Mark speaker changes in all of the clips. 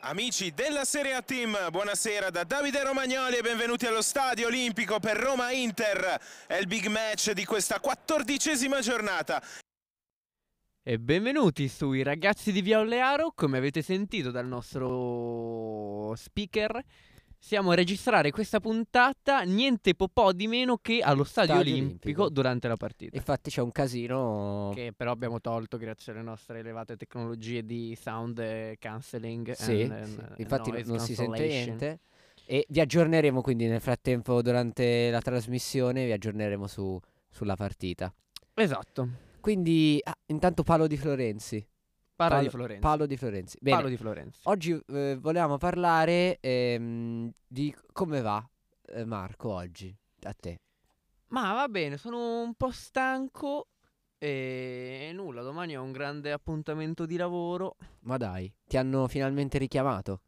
Speaker 1: Amici della Serie A Team, buonasera da Davide Romagnoli e benvenuti allo Stadio Olimpico per Roma Inter. È il big match di questa quattordicesima giornata.
Speaker 2: E benvenuti sui ragazzi di Via Olearo, come avete sentito dal nostro speaker, siamo a registrare questa puntata niente po', po di meno che allo Stadio,
Speaker 3: Stadio
Speaker 2: Olimpico,
Speaker 3: Olimpico.
Speaker 2: durante la partita.
Speaker 3: Infatti c'è un casino.
Speaker 2: Che però abbiamo tolto grazie alle nostre elevate tecnologie di sound eh, cancelling.
Speaker 3: Sì,
Speaker 2: and, and,
Speaker 3: sì.
Speaker 2: and
Speaker 3: infatti
Speaker 2: noise
Speaker 3: non si sente
Speaker 2: cancellation.
Speaker 3: niente. E vi aggiorneremo quindi nel frattempo durante la trasmissione, vi aggiorneremo su- sulla partita.
Speaker 2: Esatto,
Speaker 3: Quindi ah, intanto Paolo di Florenzi.
Speaker 2: parla
Speaker 3: Paolo
Speaker 2: di Florenzi.
Speaker 3: Paolo di Florenzi. Bene.
Speaker 2: Paolo di Florenzi.
Speaker 3: Oggi eh, volevamo parlare ehm, di come va eh, Marco oggi, a te.
Speaker 2: Ma va bene, sono un po' stanco e nulla, domani ho un grande appuntamento di lavoro.
Speaker 3: Ma dai, ti hanno finalmente richiamato.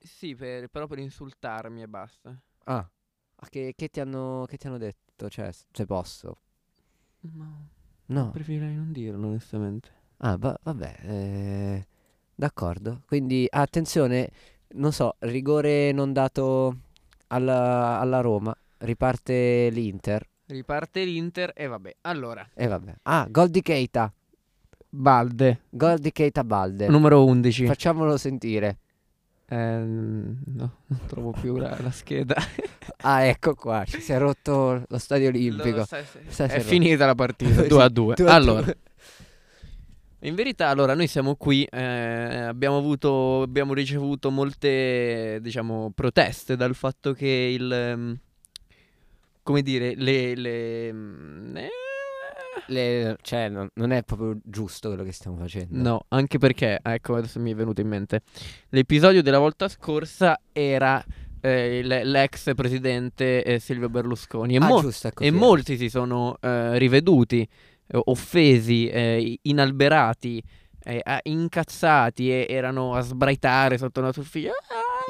Speaker 2: Sì, per- però per insultarmi e basta.
Speaker 3: Ah, ah, che, che ti, hanno, che ti hanno detto? Cioè, s- se posso.
Speaker 2: Ma
Speaker 3: No.
Speaker 2: preferirei non dirlo, onestamente.
Speaker 3: Ah, va- vabbè, eh, d'accordo. Quindi ah, attenzione, non so, rigore non dato alla, alla Roma, riparte l'Inter.
Speaker 2: Riparte l'Inter e vabbè. Allora,
Speaker 3: E vabbè. Ah, gol di Keita,
Speaker 2: Balde,
Speaker 3: gol di Keita Balde.
Speaker 2: numero 11.
Speaker 3: Facciamolo sentire.
Speaker 2: Ehm, no, non trovo più la, la scheda.
Speaker 3: Ah, ecco qua, ci si è rotto lo stadio olimpico.
Speaker 2: Lo- sai- sai-
Speaker 3: sai se
Speaker 2: è
Speaker 3: ro-
Speaker 2: finita la partita,
Speaker 3: Sì,
Speaker 2: 2 a 2.
Speaker 3: due a
Speaker 2: Allora,
Speaker 3: due.
Speaker 2: in verità, allora, noi siamo qui, eh, abbiamo, avuto, abbiamo ricevuto molte, diciamo, proteste dal fatto che il... ehm, come dire, le... le mm, eh,
Speaker 3: Le- cioè, non, non è proprio giusto quello che stiamo facendo.
Speaker 2: No, anche perché, ecco, adesso mi è venuto in mente. L'episodio della volta scorsa era eh, il- l'ex presidente eh, Silvio Berlusconi. E,
Speaker 3: Ah,
Speaker 2: mo-
Speaker 3: giusto, ecco
Speaker 2: e
Speaker 3: sì.
Speaker 2: molti si sono eh, riveduti, eh, offesi, eh, inalberati, eh, a- incazzati e erano a sbraitare sotto una soffitta.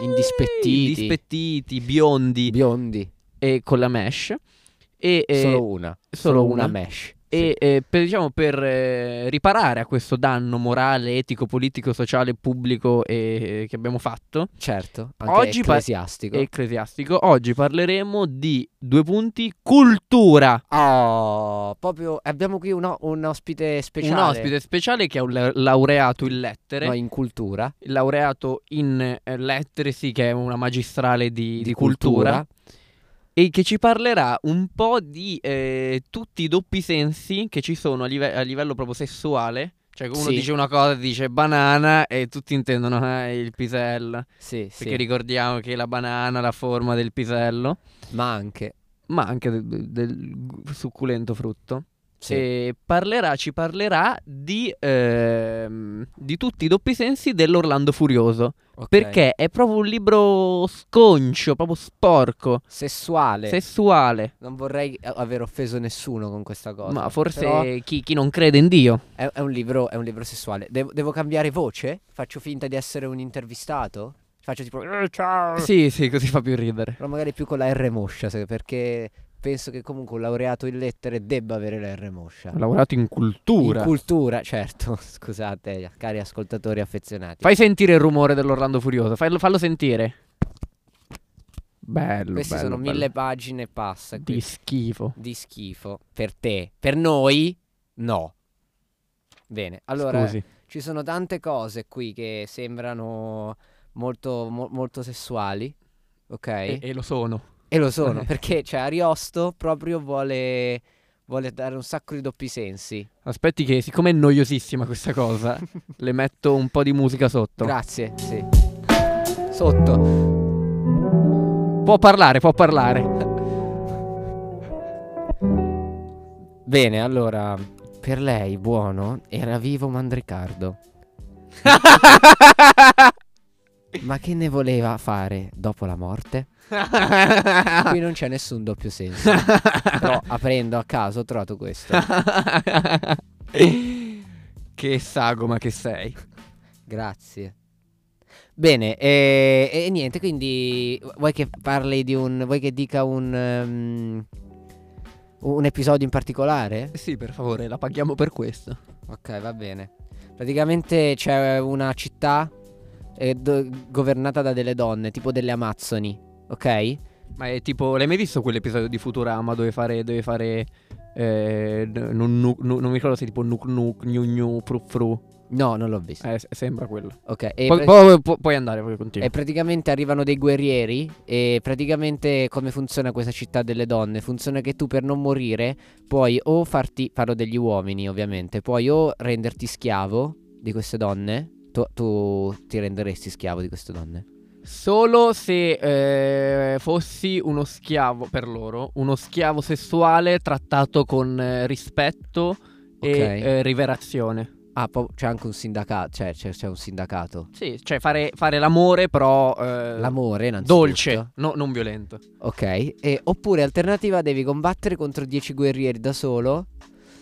Speaker 3: Indispettiti.
Speaker 2: Indispettiti, biondi
Speaker 3: Biondi,
Speaker 2: e con la mesh. E, eh,
Speaker 3: solo una,
Speaker 2: solo una.
Speaker 3: mesh.
Speaker 2: e eh, per, diciamo, per eh, riparare a questo danno morale, etico, politico, sociale, pubblico eh, che abbiamo fatto,
Speaker 3: Sì, certo, anche
Speaker 2: Oggi par-
Speaker 3: ecclesiastico.
Speaker 2: ecclesiastico, oggi parleremo di due punti cultura.
Speaker 3: Oh, proprio abbiamo qui un, o- un ospite speciale.
Speaker 2: Un ospite speciale che è un la- laureato in lettere,
Speaker 3: No, in cultura.
Speaker 2: il laureato in eh, lettere, sì, che è una magistrale di, di cultura, e che ci parlerà un po' di eh, tutti i doppi sensi che ci sono a, live- a livello proprio sessuale. Cioè, uno
Speaker 3: Sì.
Speaker 2: dice una cosa, dice banana e tutti intendono eh, il pisello.
Speaker 3: Sì, sì.
Speaker 2: Perché ricordiamo che la banana ha la forma del pisello,
Speaker 3: Ma anche.
Speaker 2: ma anche de- de- del succulento frutto
Speaker 3: Sì.
Speaker 2: e parlerà, ci parlerà di, ehm, di tutti i doppi sensi dell'Orlando Furioso.
Speaker 3: ok.
Speaker 2: Perché è proprio un libro sconcio, proprio sporco,
Speaker 3: Sessuale.
Speaker 2: sessuale.
Speaker 3: Non vorrei eh, aver offeso nessuno con questa cosa.
Speaker 2: Ma forse
Speaker 3: però
Speaker 2: chi, chi non crede in Dio.
Speaker 3: È, è un libro, è un libro sessuale. Devo, devo cambiare voce? Faccio finta di essere un intervistato? Faccio tipo. "Eh, Ciao!
Speaker 2: Mm. Sì, sì, così fa più ridere.
Speaker 3: Però magari più con la R moscia, se- perché penso che comunque un laureato in lettere debba avere la R moscia.
Speaker 2: Ho lavorato in cultura.
Speaker 3: In cultura, certo. Scusate, cari ascoltatori affezionati.
Speaker 2: Fai sentire il rumore dell'Orlando Furioso, fallo, fallo sentire. Bello.
Speaker 3: Queste
Speaker 2: bello,
Speaker 3: sono
Speaker 2: bello.
Speaker 3: mille pagine e passa qui.
Speaker 2: Di schifo.
Speaker 3: di schifo per te. Per noi, no. Bene, allora
Speaker 2: Scusi.
Speaker 3: ci sono tante cose qui che sembrano molto, mo- molto sessuali, ok?
Speaker 2: E,
Speaker 3: E,
Speaker 2: e lo sono.
Speaker 3: lo sono, perché cioè, Ariosto proprio vuole, vuole dare un sacco di doppi sensi.
Speaker 2: Aspetti che, siccome è noiosissima questa cosa, le metto un po' di musica sotto.
Speaker 3: Grazie, sì. Sotto.
Speaker 2: Può parlare, può parlare.
Speaker 3: Bene, allora, per lei, buono, era vivo Mandricardo. Ma che ne voleva fare dopo la morte?
Speaker 2: Ah.
Speaker 3: Qui non c'è nessun doppio senso. Però aprendo a caso ho trovato questo.
Speaker 2: che sagoma che sei.
Speaker 3: Grazie. Bene, e, e niente, quindi vuoi che parli di un... vuoi che dica un... ehm, un episodio in particolare?
Speaker 2: Eh Sì, per favore, la paghiamo per questo.
Speaker 3: Ok, va bene. Praticamente c'è una città eh, do- governata da delle donne, tipo delle Amazzoni, ok?
Speaker 2: Ma è tipo, l'hai mai visto quell'episodio di Futurama dove fare. Dove fare eh, n- non, nu- nu- non mi ricordo se tipo nuk nuk, gnu gnu, fru fru.
Speaker 3: No, non l'ho visto.
Speaker 2: Eh, s- sembra quello.
Speaker 3: Ok, e
Speaker 2: Poi,
Speaker 3: pra-
Speaker 2: poi- pu- puoi andare, poi continua.
Speaker 3: E praticamente arrivano dei guerrieri e praticamente come funziona questa città delle donne? Funziona che tu per non morire puoi o farti, parlo degli uomini ovviamente, puoi o renderti schiavo di queste donne, tu, tu ti renderesti schiavo di queste donne.
Speaker 2: Solo se eh, fossi uno schiavo per loro, uno schiavo sessuale trattato con eh, rispetto
Speaker 3: Ok.
Speaker 2: e eh, rivelazione.
Speaker 3: Ah, poi c'è anche un sindacato, cioè c'è, c'è un sindacato.
Speaker 2: Sì, cioè fare, fare l'amore però... eh,
Speaker 3: L'amore innanzitutto.
Speaker 2: Dolce, no- non violento.
Speaker 3: Ok, e- oppure alternativa devi combattere contro 10 guerrieri da solo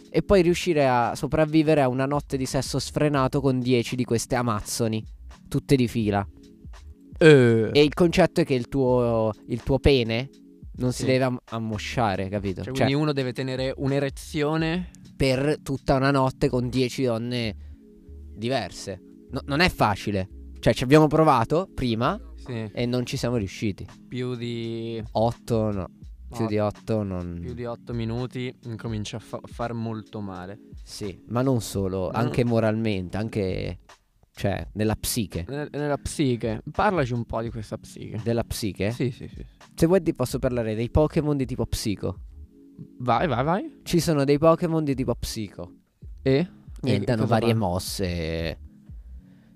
Speaker 3: e poi riuscire a sopravvivere a una notte di sesso sfrenato con 10 di queste amazzoni, tutte di fila.
Speaker 2: Eh.
Speaker 3: E il concetto è che il tuo, il tuo pene non si
Speaker 2: Sì.
Speaker 3: deve am- ammosciare, capito?
Speaker 2: Cioè,
Speaker 3: Cioè,
Speaker 2: quindi uno deve tenere un'erezione.
Speaker 3: per tutta una notte con 10 donne diverse. No- non è facile. Cioè, ci abbiamo provato prima
Speaker 2: Sì,
Speaker 3: e non ci siamo riusciti.
Speaker 2: più di
Speaker 3: 8 no. Più
Speaker 2: No,
Speaker 3: di 8 non...
Speaker 2: più di 8 minuti incomincia a fa- far molto male.
Speaker 3: Sì, ma non solo,
Speaker 2: Ma
Speaker 3: anche moralmente, anche cioè nella psiche.
Speaker 2: Nel- Nella psiche, parlaci un po' di questa psiche.
Speaker 3: Della psiche?
Speaker 2: Sì, sì, sì.
Speaker 3: Se vuoi ti posso parlare dei Pokémon di tipo psico.
Speaker 2: Vai, vai, vai.
Speaker 3: Ci sono dei Pokémon di tipo psico.
Speaker 2: E?
Speaker 3: Niente, hanno
Speaker 2: cosa
Speaker 3: varie
Speaker 2: fa?
Speaker 3: mosse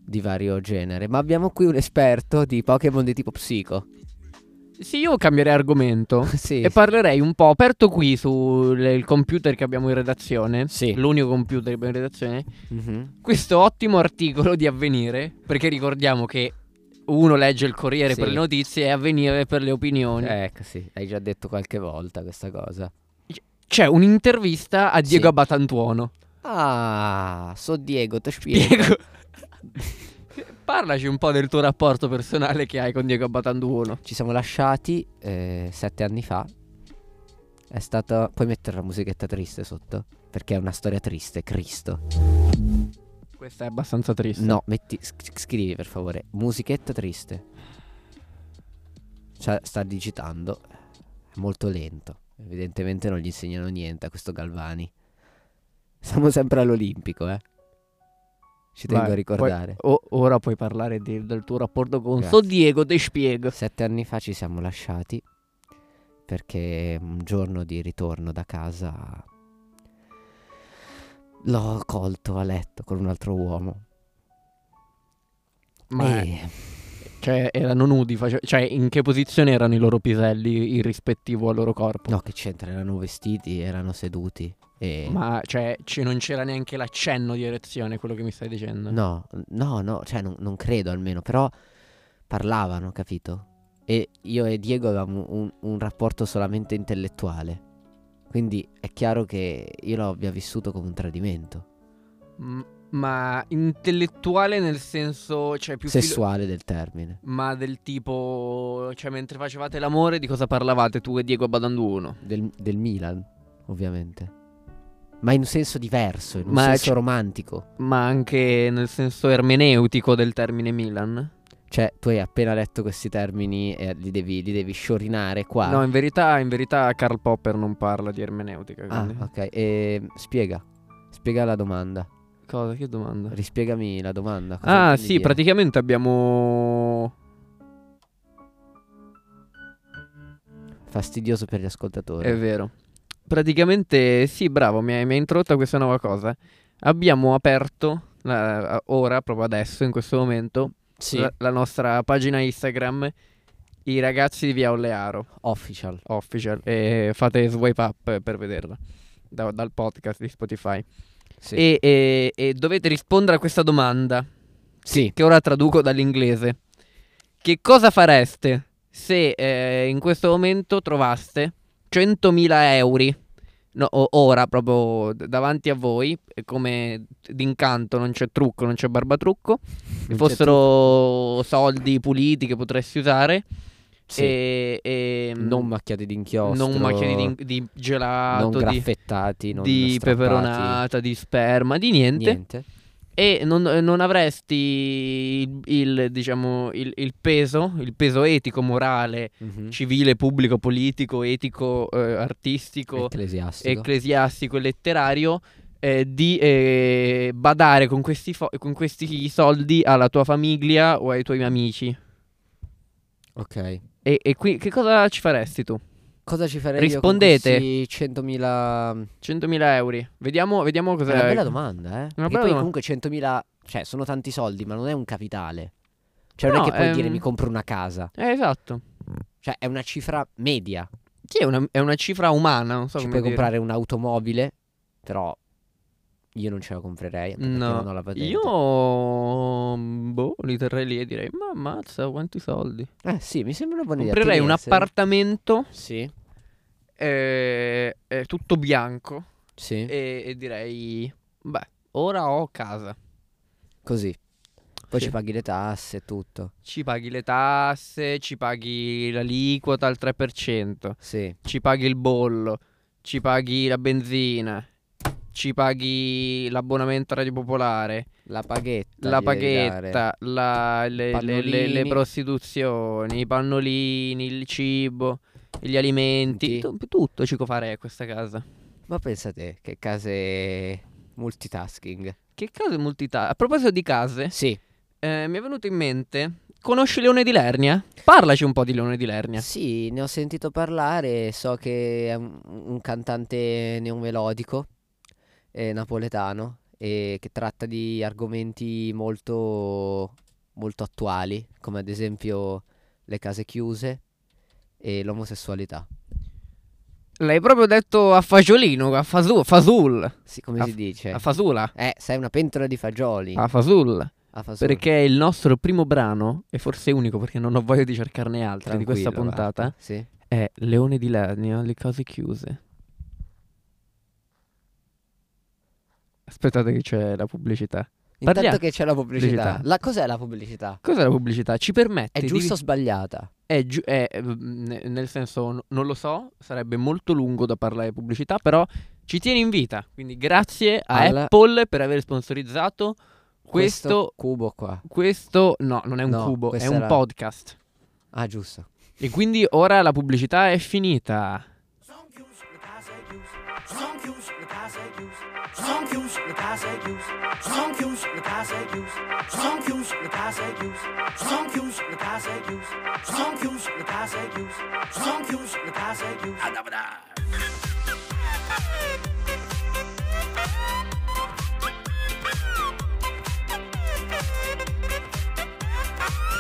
Speaker 3: di vario genere. Ma abbiamo qui un esperto di Pokémon di tipo psico.
Speaker 2: Sì, io cambierei argomento.
Speaker 3: sì.
Speaker 2: E parlerei un po' aperto qui sul il computer che abbiamo in redazione.
Speaker 3: Sì.
Speaker 2: L'unico computer che abbiamo in redazione.
Speaker 3: Mhm.
Speaker 2: Questo ottimo articolo di Avvenire. Perché ricordiamo che uno legge il Corriere
Speaker 3: Sì.
Speaker 2: per le notizie e Avvenire per le opinioni.
Speaker 3: Ecco, sì, hai già detto qualche volta questa cosa.
Speaker 2: C'è un'intervista a Diego
Speaker 3: Sì.
Speaker 2: Abatantuono.
Speaker 3: Ah, so Diego, ti spiego.
Speaker 2: Diego. Parlaci un po' del tuo rapporto personale che hai con Diego Abatantuono.
Speaker 3: Ci siamo lasciati eh, sette anni fa. È stata. Puoi mettere la musichetta triste sotto? Perché è una storia triste, Cristo.
Speaker 2: Questa è abbastanza triste.
Speaker 3: No, metti. sc- scrivi per favore. Musichetta triste. Cioè, Sta, sta digitando. È molto lento. Evidentemente non gli insegnano niente a questo Galvani. Siamo sempre all'Olimpico, eh. Ci tengo
Speaker 2: Vai,
Speaker 3: a ricordare.
Speaker 2: puoi- o- ora puoi parlare di- del tuo rapporto con
Speaker 3: Grazie.
Speaker 2: So Diego Te Spiego.
Speaker 3: Sette anni fa ci siamo lasciati perché un giorno di ritorno da casa l'ho colto a letto con un altro uomo.
Speaker 2: Ma
Speaker 3: E-
Speaker 2: cioè, erano nudi, face- cioè in che posizione erano i loro piselli in rispettivo al loro corpo?
Speaker 3: No, che c'entra, erano vestiti, erano seduti. E...
Speaker 2: Ma cioè, ci- non c'era neanche l'accenno di erezione, quello che mi stai dicendo.
Speaker 3: No, no, no, cioè non, non credo almeno, però parlavano, capito? E io e Diego avevamo un, un rapporto solamente intellettuale. Quindi è chiaro che io l'abbia vissuto come un tradimento
Speaker 2: M- ma intellettuale nel senso, cioè più filo-
Speaker 3: sessuale del termine.
Speaker 2: ma del tipo, cioè mentre facevate l'amore di cosa parlavate tu e Diego Abadanduono?
Speaker 3: del, del Milan, ovviamente. Ma in un senso diverso, in un
Speaker 2: Ma
Speaker 3: senso
Speaker 2: c-
Speaker 3: romantico.
Speaker 2: Ma anche nel senso ermeneutico del termine Milan?
Speaker 3: Cioè, tu hai appena letto questi termini e li devi, li devi sciorinare qua.
Speaker 2: No, in verità, in verità Karl Popper non parla di ermeneutica.
Speaker 3: ah,
Speaker 2: Quindi.
Speaker 3: ok. E spiega. Spiega la domanda.
Speaker 2: Cosa? Che domanda?
Speaker 3: Rispiegami la domanda. cosa
Speaker 2: Ah,
Speaker 3: intendi
Speaker 2: sì,
Speaker 3: dire?
Speaker 2: praticamente abbiamo.
Speaker 3: Fastidioso per gli ascoltatori.
Speaker 2: È vero. Praticamente, sì, bravo, mi hai, mi hai introdotta questa nuova cosa. Abbiamo aperto la- ora, proprio adesso, in questo momento,
Speaker 3: sì.
Speaker 2: la, la nostra pagina Instagram. I ragazzi di Via Olearo
Speaker 3: Official.
Speaker 2: Official. E fate swipe up per vederla. da- dal podcast di Spotify.
Speaker 3: Sì.
Speaker 2: E- e- e dovete rispondere a questa domanda.
Speaker 3: sì.
Speaker 2: che ora traduco dall'inglese. Che cosa fareste se eh, in questo momento trovaste 100.000 euro? No, o- ora proprio d- davanti a voi, eh, come d'incanto, non c'è trucco, non c'è barbatrucco,
Speaker 3: c'è
Speaker 2: che fossero soldi puliti che potresti usare
Speaker 3: Sì.
Speaker 2: e, e- mm,
Speaker 3: Non macchiati di inchiostro.
Speaker 2: non macchiati di, di gelato,
Speaker 3: Non
Speaker 2: di,
Speaker 3: graffettati. Non
Speaker 2: di
Speaker 3: strappati.
Speaker 2: peperonata, di sperma, di niente.
Speaker 3: Niente.
Speaker 2: e non, eh, non avresti il, il, diciamo, il, il peso, il peso etico, morale,
Speaker 3: Mhm.
Speaker 2: civile, pubblico, politico, etico, eh, artistico,
Speaker 3: Ecclesiastico.
Speaker 2: ecclesiastico e letterario eh, di eh, badare con questi, fo- con questi soldi alla tua famiglia o ai tuoi amici.
Speaker 3: ok.
Speaker 2: E, e qui che cosa ci faresti tu?
Speaker 3: Cosa ci farei
Speaker 2: Rispondete.
Speaker 3: io con questi 100.000
Speaker 2: 100.000 euro. Vediamo, vediamo
Speaker 3: È
Speaker 2: cos'è.
Speaker 3: una bella domanda, eh. Perché
Speaker 2: bella
Speaker 3: poi
Speaker 2: domanda.
Speaker 3: comunque 100.000, cioè, sono tanti soldi, ma non è un capitale. Cioè, non
Speaker 2: No,
Speaker 3: è che puoi
Speaker 2: ehm,
Speaker 3: dire mi compro una casa.
Speaker 2: Eh, esatto.
Speaker 3: Cioè, è una cifra media.
Speaker 2: Sì, è una, è una cifra umana, non so
Speaker 3: Ci
Speaker 2: come
Speaker 3: puoi
Speaker 2: dire.
Speaker 3: comprare un'automobile, però io non ce la comprerei anche perché non ho la patente.
Speaker 2: Io mm, boh, li terrei lì e direi: Ma ammazza, quanti soldi?
Speaker 3: Eh, sì, mi sembra una buona idea.
Speaker 2: Comprerei un
Speaker 3: tenerseli.
Speaker 2: appartamento
Speaker 3: Sì,
Speaker 2: eh, eh, tutto bianco
Speaker 3: sì,
Speaker 2: e, e direi: Beh, ora ho casa.
Speaker 3: così. Poi
Speaker 2: Sì.
Speaker 3: ci paghi le tasse e tutto.
Speaker 2: Ci paghi le tasse, ci paghi l'aliquota al 3%,
Speaker 3: Sì.
Speaker 2: ci paghi il bollo, ci paghi la benzina, ci paghi l'abbonamento a Radio Popolare.
Speaker 3: La paghetta.
Speaker 2: La
Speaker 3: gli devi dare.
Speaker 2: paghetta, la- le, le- le- le
Speaker 3: Pannolini.
Speaker 2: prostituzioni, i pannolini, il cibo, gli alimenti,
Speaker 3: Sì.
Speaker 2: tu- tutto ci può fare a questa casa.
Speaker 3: Ma pensa te, che case multitasking.
Speaker 2: Che case multita. A proposito di case,
Speaker 3: Sì.
Speaker 2: eh, mi è venuto in mente. Conosci Leone di Lernia? Parlaci un po' di Leone di Lernia.
Speaker 3: Sì, ne ho sentito parlare, so che è un, un cantante neomelodico eh, napoletano e che tratta di argomenti molto, molto attuali, come ad esempio le case chiuse e l'omosessualità.
Speaker 2: L'hai proprio detto a fagiolino, a fasu- fasul,
Speaker 3: Sì, come
Speaker 2: A
Speaker 3: si
Speaker 2: f-
Speaker 3: dice?
Speaker 2: a fasula,
Speaker 3: eh, sei una pentola di fagioli.
Speaker 2: a fasul.
Speaker 3: a fasola.
Speaker 2: Perché il nostro primo brano, e forse unico perché non ho voglia di cercarne altri di questa
Speaker 3: Tranquillo, guarda.
Speaker 2: puntata,
Speaker 3: Sì.
Speaker 2: è Leone di Lernia, le cose chiuse. Aspettate che c'è la pubblicità. Parliamo-
Speaker 3: Intanto che c'è la pubblicità.
Speaker 2: pubblicità.
Speaker 3: La, cos'è la pubblicità?
Speaker 2: Cos'è la pubblicità? Ci permette
Speaker 3: È
Speaker 2: di
Speaker 3: giusta o sbagliata?
Speaker 2: È giu- è, eh, ne- nel senso, n- non lo so, sarebbe molto lungo da parlare di pubblicità, però ci tiene in vita. Quindi grazie a
Speaker 3: Alla-
Speaker 2: Apple per aver sponsorizzato questo...
Speaker 3: cubo qua.
Speaker 2: Questo, no, non è un
Speaker 3: No,
Speaker 2: cubo, è
Speaker 3: questa
Speaker 2: un
Speaker 3: era-
Speaker 2: podcast.
Speaker 3: Ah, giusto.
Speaker 2: E quindi ora la pubblicità è finita.
Speaker 4: Sono chiuse le case chiuse, sono chiuse le case chiuse, sono chiuse le case chiuse, sono chiuse le case chiuse, sono chiuse le case chiuse, sono chiuse le case chiuse, sono chiuse le case chiuse, sono chiuse le case chiuse.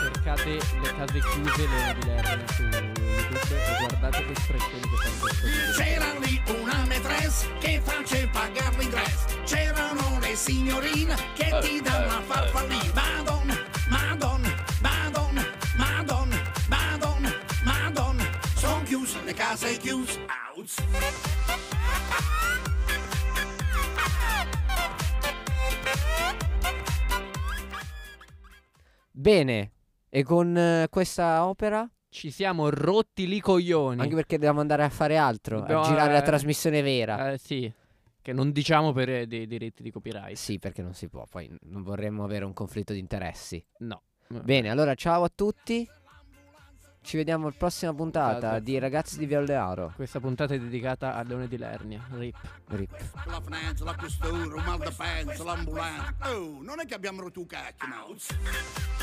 Speaker 2: Cercate le case chiuse Leone di Lernia su YouTube e guardate che striscioni che fanno questo video.
Speaker 4: C'era lì una maîtresse che face pagar l'ingresso. C'erano le signorine che ti danno la farfallina. Madonna, madonna, madonna, madonna, madonna, madonna. Sono chiuse le case chiuse. Outs.
Speaker 3: Bene, e con eh, questa opera?
Speaker 2: Ci siamo rotti li coglioni.
Speaker 3: Anche perché dobbiamo andare a fare altro,
Speaker 2: Dobbiamo,
Speaker 3: a girare
Speaker 2: eh,
Speaker 3: la trasmissione vera.
Speaker 2: Eh, sì, che non diciamo per eh, dei diritti di copyright.
Speaker 3: Sì, perché non si può, poi non vorremmo avere un conflitto di interessi.
Speaker 2: No.
Speaker 3: Bene, allora ciao a tutti. Ci vediamo alla prossima puntata
Speaker 2: Esatto.
Speaker 3: di Ragazzi di Viollearo.
Speaker 2: Questa puntata è dedicata a Leone di Lernia. Rip.
Speaker 3: Rip.
Speaker 4: La finanza, la questura, un mal da pezzo, l'ambulanza. Oh, non è che abbiamo rotto un cacchio, no?